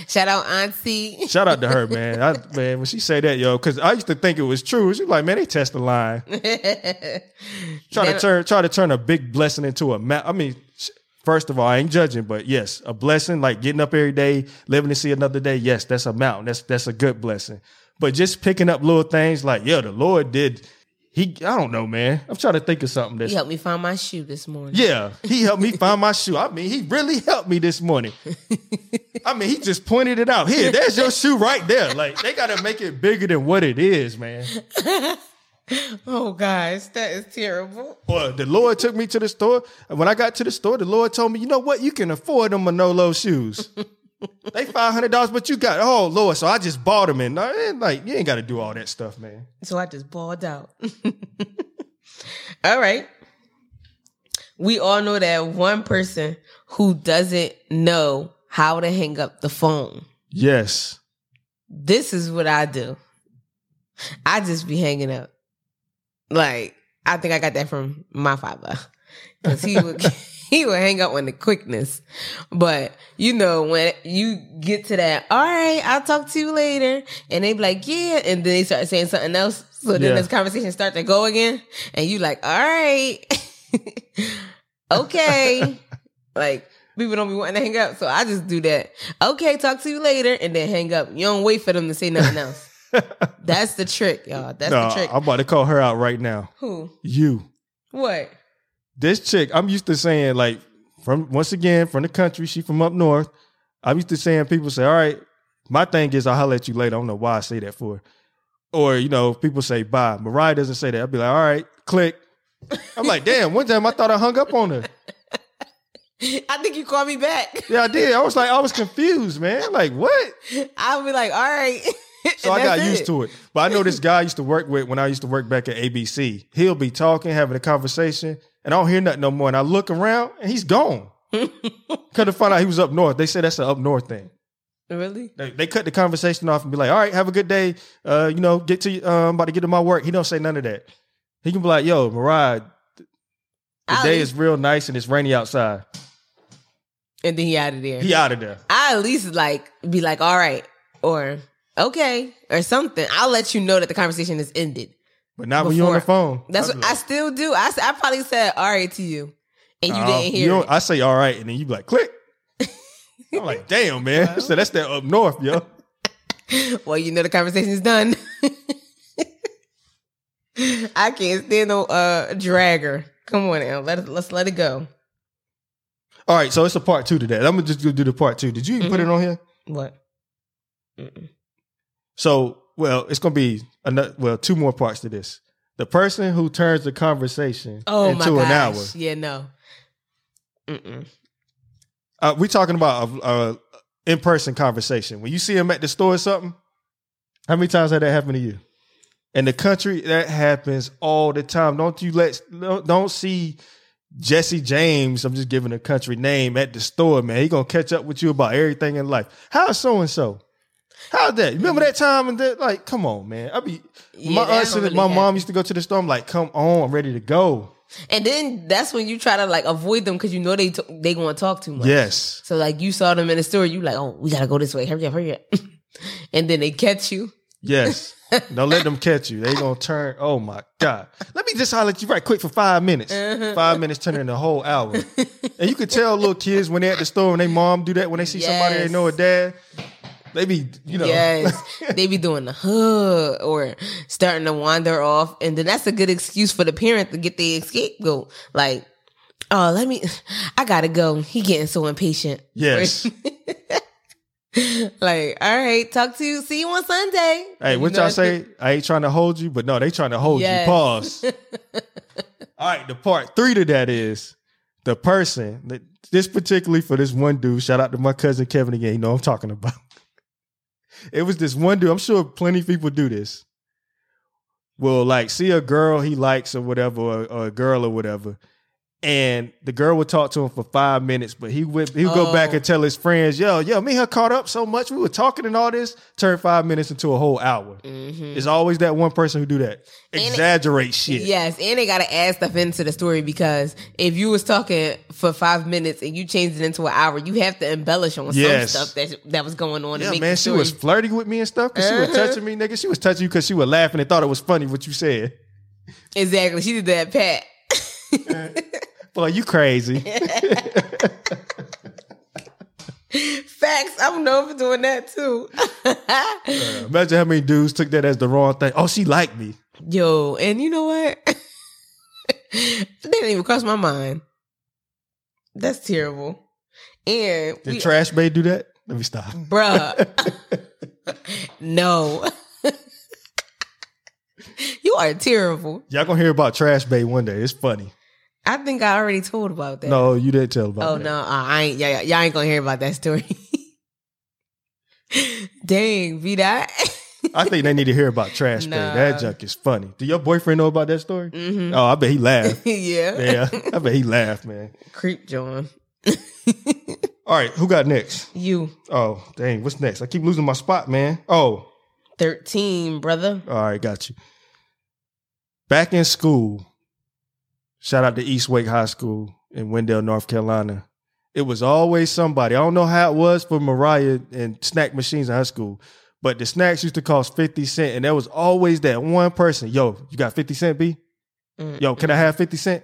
S3: Shout out Auntie.
S2: Shout out to her, man. I, man, when she say that, yo, because I used to think it was true. She like, man, they test the line. Try to
S3: That-
S2: turn, try to turn a big blessing into a map. I mean, sh- first of all, I ain't judging, but yes, a blessing like getting up every day, living to see another day. Yes, that's a mountain. That's that's a good blessing. But just picking up little things like, yo, the Lord did. He, I don't know, man. I'm trying to think of something that's
S3: He helped me find my shoe this morning.
S2: Yeah, he helped me find my shoe. I mean, he really helped me this morning. I mean, he just pointed it out. Here, there's your shoe right there. Like they gotta make it bigger than what it is, man.
S3: Oh gosh, that is terrible.
S2: Or the Lord took me to the store. And when I got to the store, the Lord told me, you know what? You can afford them Manolo shoes. They five hundred dollars, but you got oh Lord, so I just bought them and I- and, like you ain't got to do all that stuff, man.
S3: So I just balled out. all right. We all know that one person who doesn't know how to hang up the phone.
S2: Yes,
S3: This is what I do. I just be hanging up. Like, I think I got that from my father. Cause he would he would hang up on the quickness. But you know, when you get to that, all right, I'll talk to you later. And they be like, yeah. And then they start saying something else. So then
S2: Yeah.
S3: this conversation start to go again. And you like, all right. okay. like people don't be wanting to hang up. So I just do that. Okay, talk to you later. And then hang up. You don't wait for them to say nothing else. That's the trick, y'all. That's
S2: no,
S3: the trick.
S2: I'm about to call her out right now.
S3: Who?
S2: You.
S3: What?
S2: this chick, I'm used to saying like from once again from the country. She from up north. I'm used to saying people say, "All right." My thing is, I'll holler at you later. I don't know why I say that for. Or you know, people say bye. Mariah doesn't say that. I'll be like, "All right, click." I'm like, damn, one time I thought I hung up on her.
S3: I think you called me back.
S2: Yeah, I did. I was like, I was confused, man. Like, what?
S3: I'll be like, all right.
S2: So I
S3: And
S2: got
S3: that's
S2: used
S3: it.
S2: to it. But I know this guy I used to work with when I used to work back at ABC. He'll be talking, having a conversation, and I don't hear nothing no more. And I look around and he's gone. Couldn't find out he was up north. They say that's an up north thing.
S3: Really?
S2: They, they cut the conversation off and be like, all right, have a good day. Uh, you know, get to uh, I'm about to get to my work. He don't say none of that. He can be like, yo, Mariah, the
S3: I'll
S2: day
S3: eat-
S2: is real nice and it's rainy outside.
S3: and then he out of there.
S2: He out of there.
S3: I at least like be like, all right, or okay, or something. I'll let you know that the conversation is ended.
S2: But not when you're on the phone.
S3: That's
S2: I'll be
S3: what
S2: like,
S3: I still do. I, s- I probably said all right to you, and you
S2: "Uh,
S3: didn't hear.
S2: don't-
S3: it.
S2: I say all right, and then you be like, click. I'm like, damn, man. so that's that up north, yo.
S3: well, you know the conversation's done. I can't stand no uh dragger. Come on now, let it, let's let it go.
S2: All right, so it's a part two to that. I'm gonna just go do the part two. Did you even put it
S3: Mm-hmm.
S2: on here?
S3: What? Mm-mm.
S2: So, well, it's gonna be another. Well, two more parts to this. The person who turns the conversation
S3: Oh
S2: into
S3: my gosh!
S2: an hour.
S3: Yeah, no. Mm-mm.
S2: Uh, we talking about a, a in-person conversation. When you see him at the store or something, how many times had that happened to you? In the country, that happens all the time. Don't you let don't don't see Jesse James. I'm just giving a country name at the store, man. He gonna catch up with you about everything in life. How's so and so? How's that? Remember that time and that? Like, come on, man. I be
S3: Yeah,
S2: my
S3: that
S2: aunt
S3: don't
S2: said that
S3: really
S2: my mom
S3: happen.
S2: used to go to the store. I'm like, come on, I'm ready to go.
S3: And then that's when you try to like avoid them because you know they t- they going to talk too much.
S2: Yes.
S3: So like you saw them in the store, you like, oh, we gotta go this way. Hurry up, hurry up. and then they catch you.
S2: Yes. Don't let them catch you. They gonna turn. Oh my God. Let me just holler at you right quick for five minutes.
S3: Uh-huh.
S2: Five minutes turning into a whole hour. And you could tell little kids when they're at the store and they mom do that when they see somebody they
S3: Yes.
S2: know a dad. They be, you know.
S3: Yes, they be doing the huh or starting to wander off, and then that's a good excuse for the parent to get the scapegoat. Like, oh, let me, I gotta go. He getting so impatient.
S2: Yes.
S3: Like, all right, talk to you. See you on Sunday.
S2: Hey,
S3: You
S2: what
S3: know
S2: y'all
S3: it's
S2: say? I ain't trying to hold you, but no, they trying to hold
S3: Yes.
S2: you. Pause. All right, the part three to that is the person. that- This particularly for this one dude. Shout out to my cousin Kevin again. You know what I'm talking about. It was this one dude. I'm sure plenty of people do this. Will like see a girl he likes or whatever, or, or a girl or whatever, and the girl would talk to him for five minutes, but he would he would go back
S3: Oh.
S2: and tell his friends, "Yo, yo, me and her caught up so much. We were talking and all this. Turn five minutes into a whole hour.
S3: Mhm.
S2: It's always that one person who do that.
S3: it-
S2: Exaggerate shit.
S3: Yes, and they gotta add stuff into the story because if you was talking for five minutes and you changed it into an hour, you have to embellish on
S2: Yes.
S3: some stuff that that was going on. to
S2: Yeah,
S3: make
S2: man,
S3: the
S2: she was
S3: story-
S2: flirting with me and stuff because she was
S3: Uh-huh.
S2: touching me, nigga. She was touching you because she was laughing and thought it was funny what you said.
S3: exactly. She did that, Pat.
S2: Boy, you crazy.
S3: Facts. I'm known for doing that too.
S2: Imagine how many dudes took that as the wrong thing. Oh, she liked me.
S3: Yo, and you know what? that didn't even cross my mind. That's terrible. And
S2: Did
S3: we-
S2: Trash Bay do that? Let me stop.
S3: bruh. no. you are terrible.
S2: Y'all gonna hear about Trash Bay one day. It's funny.
S3: I think I already told about that.
S2: No, you didn't tell about
S3: Oh
S2: that.
S3: no, uh, I ain't. Y'all, y'all ain't gonna hear about that story. Dang, be that.
S2: I think they need to hear about Trash
S3: Nah.
S2: Bay. That junk is funny. Do your boyfriend know about that story?
S3: hmm
S2: Oh, I bet he laughed.
S3: yeah.
S2: yeah, I bet he laughed, man.
S3: Creep, John.
S2: All right, who got next?
S3: You
S2: Oh, dang, what's next? I keep losing my spot, man. Oh,
S3: thirteen, brother.
S2: all right, got you. Back in school, shout out to East Wake High School in Wendell, North Carolina. It was always somebody. I don't know how it was for Mariah and snack machines in high school, but the snacks used to cost 50 cents, and there was always that one person, yo, you got 50 cent, B?
S3: Mm.
S2: Yo, can I have 50 cent?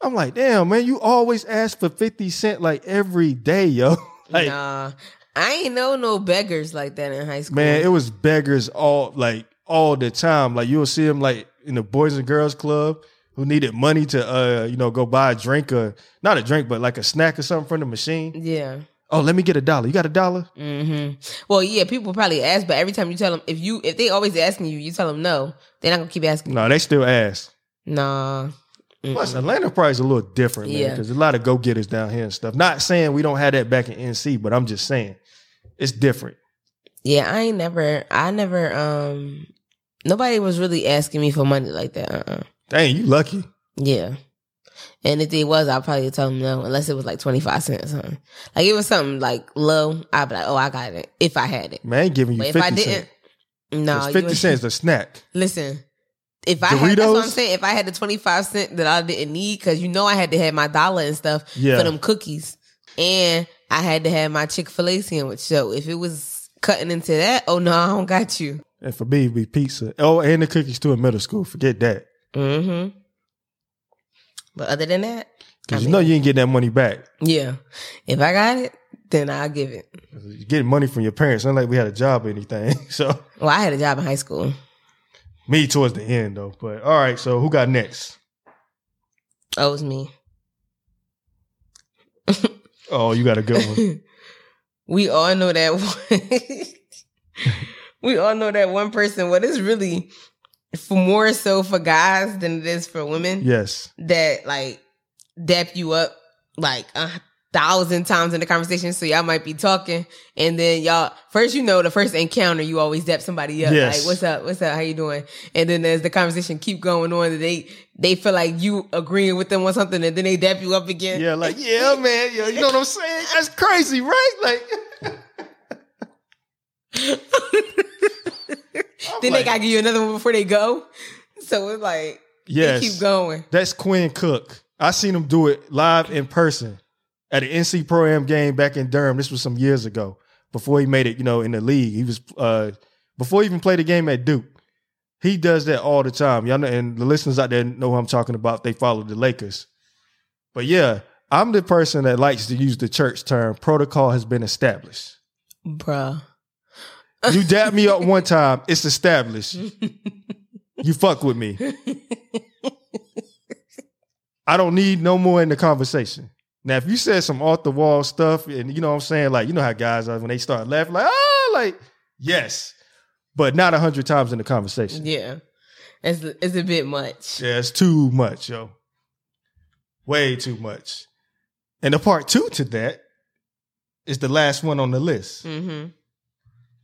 S2: I'm like, damn, man, you always ask for 50 cent like every day, yo. like,
S3: nah, I ain't know no beggars like that in high school.
S2: Man, it was beggars all like all the time. Like you'll see them like in the boys and girls club who needed money to uh you know go buy a drink or not a drink but like a snack or something from the machine.
S3: yeah.
S2: Oh, let me get a dollar. You got a dollar?
S3: hmm Well, yeah, people probably ask, but every time you tell them, if you if they always asking you, you tell them no, they're not gonna keep asking.
S2: No, they still ask.
S3: Nah. Mm-mm.
S2: Plus, Atlanta probably is a little different, man,
S3: Yeah.
S2: because a lot of go getters down here and stuff. Not saying we don't have that back in NC, but I'm just saying it's different.
S3: Yeah, I ain't never. I never. Um, nobody was really asking me for money like that. Uh. uh
S2: Dang, you lucky.
S3: Yeah. And if it was, I'd probably tell them no, unless it was like twenty five cents. Huh? Like it was something like low. I'd be like, oh, I got it if I had it.
S2: Man, giving you
S3: But if
S2: 50
S3: I didn't,
S2: cents.
S3: no,
S2: It's
S3: you
S2: 50
S3: ain't-
S2: cents a snack.
S3: Listen, if I had, that's what I'm
S2: Doritos?
S3: saying. If I had the twenty five cent that I didn't need, because you know I had to have my dollar and stuff
S2: Yeah.
S3: for them cookies, and I had to have my Chick fil A sandwich. So if it was cutting into that, oh no, I don't got you.
S2: And for me, it'd be pizza. Oh, and the cookies too in middle school. Forget that.
S3: hmm But other than that, I
S2: Because you
S3: mean-
S2: know you ain't getting that money back.
S3: yeah, if I got it, then I'll give it.
S2: You're getting money from your parents. Not like we had a job or anything. So
S3: Well, I had a job in high school.
S2: me towards the end though. But all right, so who got next?
S3: Oh, it was me.
S2: Oh, you got a good one.
S3: we all know that one. we all know that one person. What is really for more so for guys than it is for women
S2: yes.
S3: that like dap you up like a thousand times in the conversation. So y'all might be talking, and then y'all first you know the first encounter you always dap somebody up.
S2: Yes.
S3: Like what's up? What's up? How you doing? And then as the conversation keep going on, they they feel like you agreeing with them on something, and then they dap you up again.
S2: Yeah, like, yeah, man. Yeah, you know what I'm saying? That's crazy, right? Like I'm
S3: then they
S2: like,
S3: gotta give you another one before they go. So it's like
S2: yes.
S3: they keep going.
S2: That's Quinn Cook. I seen him do it live in person at an NC Pro Am game back in Durham. This was some years ago before he made it, you know, in the league. He was uh before he even played the game at Duke. He does that all the time. Y'all know, and the listeners out there know who I'm talking about. They follow the Lakers. But yeah, I'm the person that likes to use the church term protocol has been established.
S3: Bruh.
S2: You dap me up one time, it's established. You fuck with me. I don't need no more in the conversation. Now, if you said some off the wall stuff, and you know what I'm saying, like you know how guys are when they start laughing, like ah, like yes, but not a hundred times in the conversation.
S3: yeah. It's it's a bit much.
S2: Yeah, it's too much, yo. Way too much. And the part two to that is the last one on the list.
S3: Mm-hmm.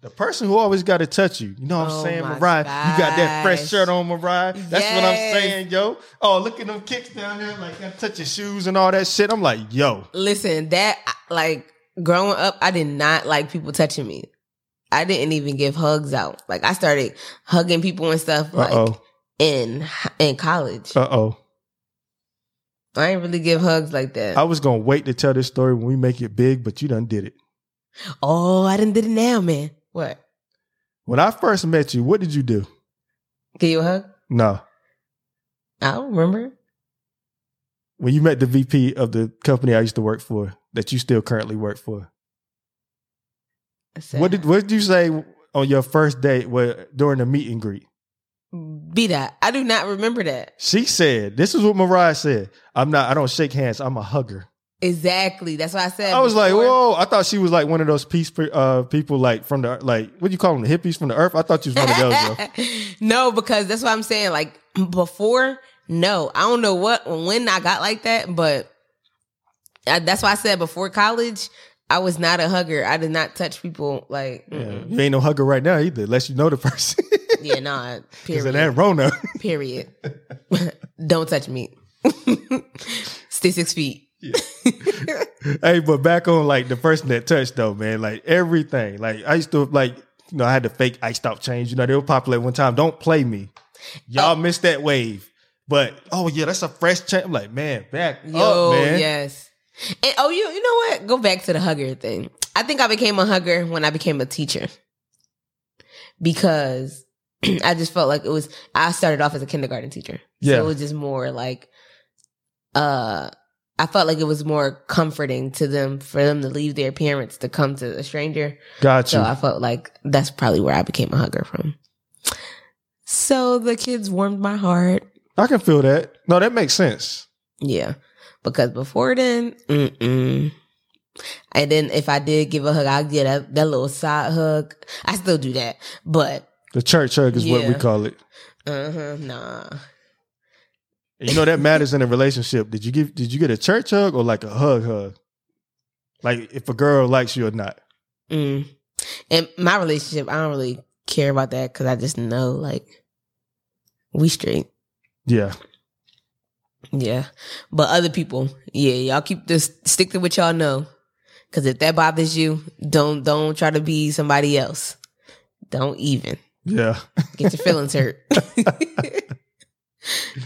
S2: The person who always got to touch you. You know what I'm
S3: Oh
S2: saying,
S3: my
S2: Mariah? You got that fresh
S3: gosh.
S2: shirt on, Mariah. That's what I'm
S3: Yes.
S2: saying, yo. Oh, look at them kicks down there, like got to touch your shoes and all that shit. I'm like, yo.
S3: Listen, that like growing up, I did not like people touching me. I didn't even give hugs out. Like I started hugging people and stuff
S2: Uh
S3: like
S2: oh.
S3: in in college.
S2: Uh oh.
S3: I didn't really give hugs like that.
S2: I was gonna wait to tell this story when we make it big, but you done did it.
S3: oh, I didn't did it now, man. What?
S2: When I first met you, what did you do?
S3: Give you a hug?
S2: No.
S3: I don't remember.
S2: When you met the VP of the company I used to work for, that you still currently work for.
S3: I said,
S2: What did what did you say on your first date where, during the meet and greet?
S3: be that? I do not remember that.
S2: She said, This is what Mariah said. I'm not I don't shake hands, I'm a hugger.
S3: Exactly. That's why I said.
S2: I was like,
S3: before.
S2: whoa! I thought she was like one of those peace pe- uh, people, like from the like what do you call them, the hippies from the earth. I thought you was one of those. yo.
S3: no, because that's what I'm saying. Like before, no, I don't know what when I got like that, but I, that's why I said before college, I was not a hugger. I did not touch people. Like,
S2: Yeah.
S3: mm-mm.
S2: You ain't no hugger right now either, unless you know the person.
S3: yeah, nah.
S2: Because
S3: Period.
S2: of that Rona.
S3: period. don't touch me. Stay six feet.
S2: hey, but back on like the person that touched though, man, like everything. Like I used to like you know I had the fake iced out change. You know they were popular at one time. Don't play me,
S3: Oh.
S2: y'all missed that wave. But oh yeah, that's a fresh change. I'm like man, back
S3: Yo,
S2: up, man.
S3: yes. And oh, you you know what? Go back to the hugger thing. I think I became a hugger when I became a teacher because I just felt like it was. I started off as a kindergarten teacher,
S2: Yeah.
S3: so it was just more like, uh, I felt like it was more comforting to them for them to leave their parents to come to a stranger.
S2: Got you.
S3: So I felt like that's probably where I became a hugger from. So the kids warmed my heart.
S2: I can feel that. No, that makes sense.
S3: Yeah, because before then, mm-mm. and then if I did give a hug, I'd get a, that little side hug. I still do that, but
S2: The church hug is what we
S3: Yeah.
S2: call it.
S3: uh-huh, nah.
S2: And you know that matters in a relationship. Did you give did you get a church hug or like a hug hug? Like if a girl likes you or not.
S3: Mm. And my relationship, I don't really care about that because I just know like we straight.
S2: Yeah.
S3: Yeah. But other people, yeah, y'all keep this stick to what y'all know. Cause if that bothers you, don't don't try to be somebody else. Don't even.
S2: Yeah.
S3: Get your feelings hurt.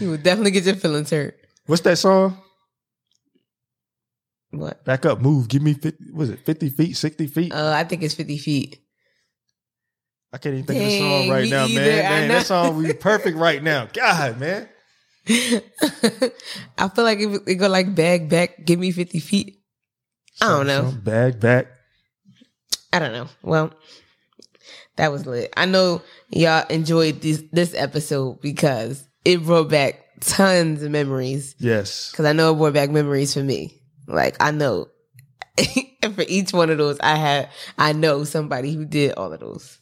S3: you will definitely get your feelings hurt.
S2: What's that song?
S3: What?
S2: Back up, move, give me 50, was it 50 feet, 60 feet?
S3: Uh, I think it's fifty feet.
S2: I can't even think of the song
S3: dang,
S2: right
S3: me
S2: now,
S3: either,
S2: man.
S3: I
S2: Dang,
S3: know.
S2: that song would be perfect right now. God, man.
S3: I feel like it, it go like bag back, give me fifty feet. I don't know.
S2: Some Bag back.
S3: I don't know. Well, that was lit. I know y'all enjoyed this this episode because it brought back tons of memories.
S2: Yes.
S3: Because I know it brought back memories for me. Like I know, and for each one of those, I had I know somebody who did all of those.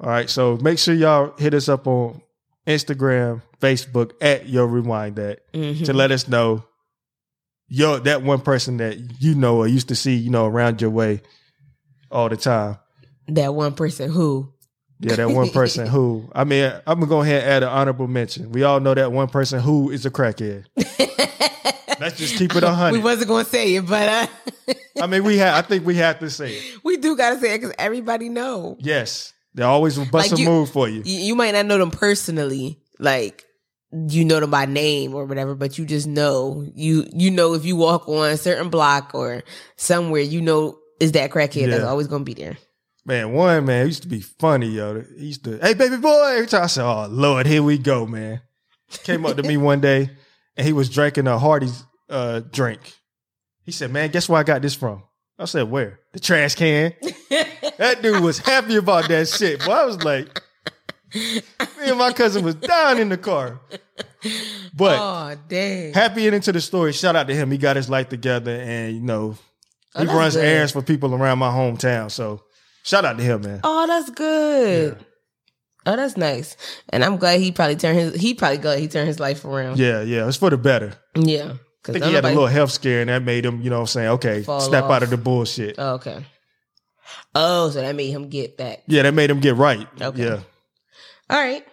S2: All right. So make sure y'all hit us up on Instagram, Facebook at Yo Rewind That
S3: Mhm.
S2: to let us know yo that one person that you know or used to see, you know, around your way all the time.
S3: That one person who
S2: Yeah, that one person who I mean, I'm gonna go ahead and add an honorable mention. We all know that one person who is a crackhead. Let's just keep it a
S3: we
S2: hundred.
S3: wasn't gonna say it, but uh,
S2: I mean, we have. I think we have to say it.
S3: we do gotta say it because everybody know.
S2: Yes, they always will bust
S3: Like
S2: a
S3: you-
S2: move for you.
S3: you, you might not know them personally, like you know them by name or whatever, but you just know you you know if you walk on a certain block or somewhere, you know is that crackhead that's
S2: Yeah.
S3: always gonna be there.
S2: Man, one man he used to be funny, yo. He used to, hey, baby boy. Every time I said, oh, Lord, here we go, man. Came up to me one day and he was drinking a Hardy's uh, drink. He said, man, guess where I got this from? I said, where? The trash can. That dude was happy about that shit. Boy, I was like, me and my cousin was down in the car. But
S3: oh dang!
S2: happy ending to the story. Shout out to him. He got his life together and, you know,
S3: Oh,
S2: he
S3: that's
S2: runs
S3: good.
S2: errands for people around my hometown. So shout out to him, man.
S3: Oh, that's good. Oh, that's nice. And I'm glad he probably turned his he probably glad he turned his life around.
S2: Yeah, yeah, it's for the better.
S3: Yeah.
S2: I
S3: 'Cause
S2: think he had a
S3: nobody-
S2: little health scare, and that made him, you know, what I'm saying, okay,
S3: Fall
S2: snap out
S3: off.
S2: of the bullshit.
S3: Oh, okay. Oh, so that made him get back.
S2: yeah, that made him get right.
S3: Okay.
S2: Yeah,
S3: All right.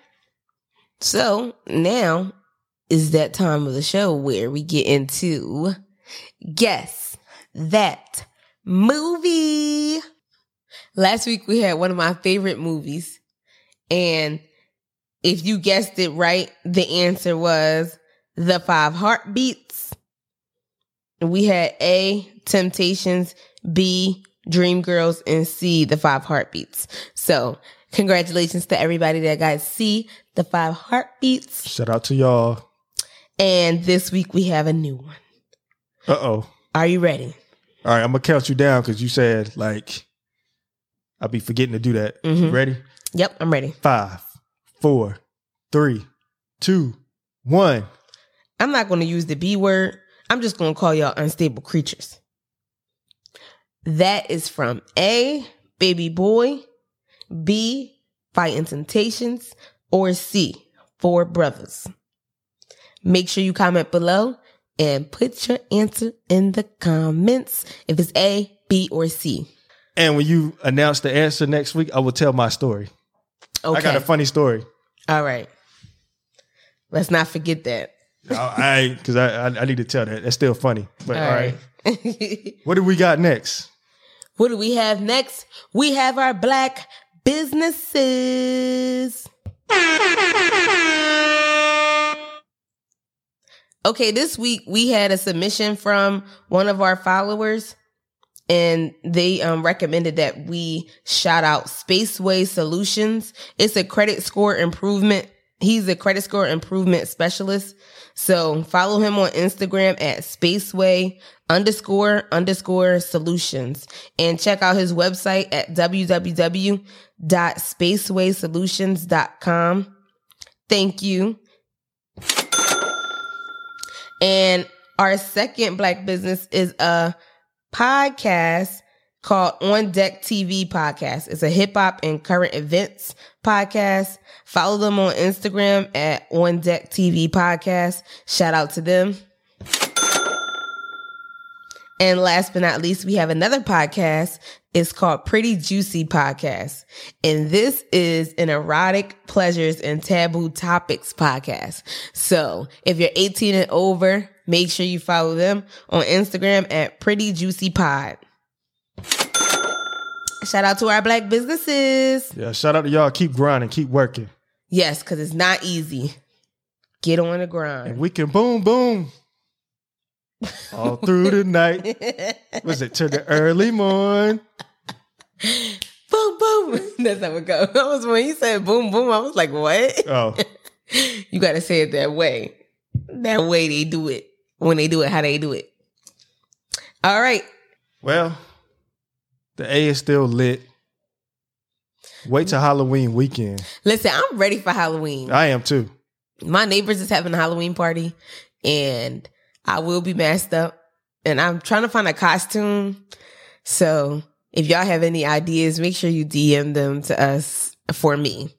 S3: So now is that time of the show where we get into guess that movie. Last week we had one of my favorite movies, and if you guessed it right, the answer was The Five Heartbeats. We had A, Temptations, B, Dream Girls, and C, The Five Heartbeats. So, congratulations to everybody that got C, The Five Heartbeats.
S2: shout out to y'all.
S3: And this week we have a new one.
S2: Uh oh.
S3: Are you ready?
S2: All right, I'm gonna count you down because you said like I'll be forgetting to do that. You
S3: Mhm.
S2: ready?
S3: Yep, I'm ready.
S2: Five, four, three, two, one.
S3: I'm not going to use the B word. I'm just going to call y'all unstable creatures. That is from A, baby boy, B, fighting temptations, or C, four brothers. Make sure you comment below and put your answer in the comments if it's A, B, or C.
S2: And when you announce the answer next week, I will tell my story.
S3: Okay.
S2: I got a funny story.
S3: All right. Let's not forget that.
S2: I because I, I I need to tell that. That's still funny. But all right.
S3: all right.
S2: what do we got next?
S3: What do we have next? We have our black businesses. Okay, this week we had a submission from one of our followers, and they um, recommended that we shout out Spaceway Solutions. It's a credit score improvement. He's a credit score improvement specialist. So follow him on Instagram at Spaceway underscore underscore solutions and check out his website at www.spacewaysolutions.com. Thank you. And our second black business is a podcast called On Deck TV Podcast. It's a hip hop and current events podcast. Follow them on Instagram at On Deck TV Podcast. Shout out to them. And last but not least, we have another podcast. It's called Pretty Juicy Podcast. And this is an erotic pleasures and taboo topics podcast. So if you're 18 and over, make sure you follow them on Instagram at Pretty Juicy Pod. Shout out to our black businesses.
S2: Yeah, shout out to y'all. Keep grinding, keep working.
S3: Yes, because it's not easy. Get on the
S2: And
S3: grind.
S2: we can boom, boom. All through the night. Was it to the early morn?
S3: boom, boom. That's how it goes. That was when you said boom, boom. I was like, what?
S2: Oh,
S3: You got to say it that way. That way they do it. When they do it, how they do it. All right.
S2: well, the A is still lit. Wait till Halloween weekend.
S3: Listen, I'm ready for Halloween.
S2: I am too.
S3: My neighbors is having a Halloween party and I will be masked up and I'm trying to find a costume. So if y'all have any ideas, make sure you DM them to us for me.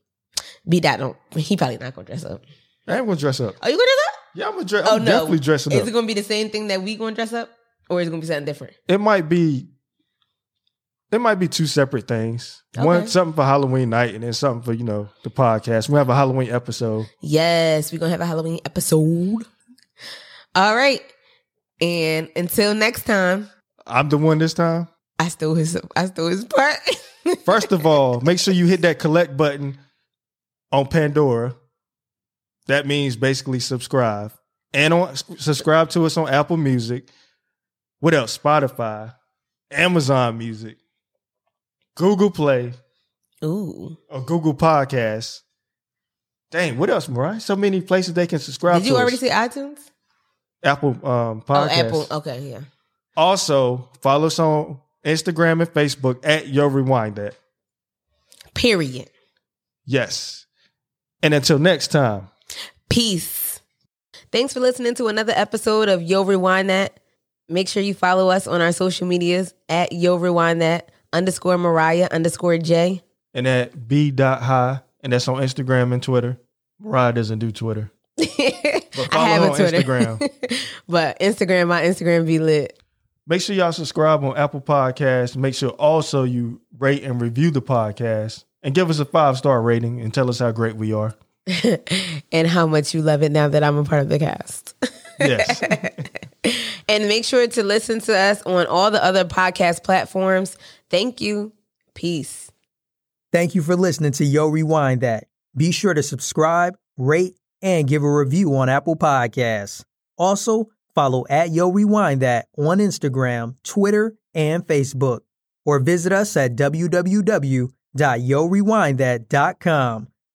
S3: B dot don't he probably not gonna dress up.
S2: I am gonna dress up.
S3: Are you gonna dress up?
S2: Yeah, I'm gonna dress.
S3: Oh,
S2: I'm
S3: no.
S2: definitely dressing
S3: Is
S2: up.
S3: it gonna be the same thing that we gonna dress up? Or is it gonna be something different?
S2: it might be it might be two separate things.
S3: Okay.
S2: One something for Halloween night and then something for, you know, the podcast. We have a Halloween episode.
S3: Yes, we're gonna have a Halloween episode. All right. And until next time,
S2: I'm the one this time.
S3: I stole his I stole his part.
S2: First of all, make sure you hit that collect button on Pandora. That means basically subscribe. And on subscribe to us on Apple Music. What else? Spotify, Amazon Music, Google Play,
S3: Ooh.
S2: or Google Podcasts. Dang, what else, Mariah? So many places they can subscribe
S3: Did you
S2: to
S3: already
S2: us.
S3: say iTunes?
S2: Apple um, Podcasts.
S3: Oh, Apple. Okay, yeah.
S2: Also, follow us on Instagram and Facebook at Yo Rewind That.
S3: Period.
S2: Yes. And until next time.
S3: Peace. Thanks for listening to another episode of Yo Rewind That. Make sure you follow us on our social medias at Yo Rewind That underscore Mariah underscore J.
S2: and at b dot high, and that's on Instagram and Twitter. Mariah doesn't do Twitter.
S3: I
S2: follow
S3: have
S2: her
S3: a
S2: on
S3: Twitter.
S2: Instagram.
S3: but Instagram, my Instagram be lit.
S2: Make sure y'all subscribe on Apple Podcasts. Make sure also you rate and review the podcast and give us a five star rating and tell us how great we are.
S3: and how much you love it now that I'm a part of the cast.
S2: Yes.
S3: And make sure to listen to us on all the other podcast platforms. Thank you. Peace.
S4: Thank you for listening to Yo Rewind That. Be sure to subscribe, rate, and give a review on Apple Podcasts. Also, follow at Yo Rewind That on Instagram, Twitter, and Facebook. Or visit us at www.yorewindthat.com.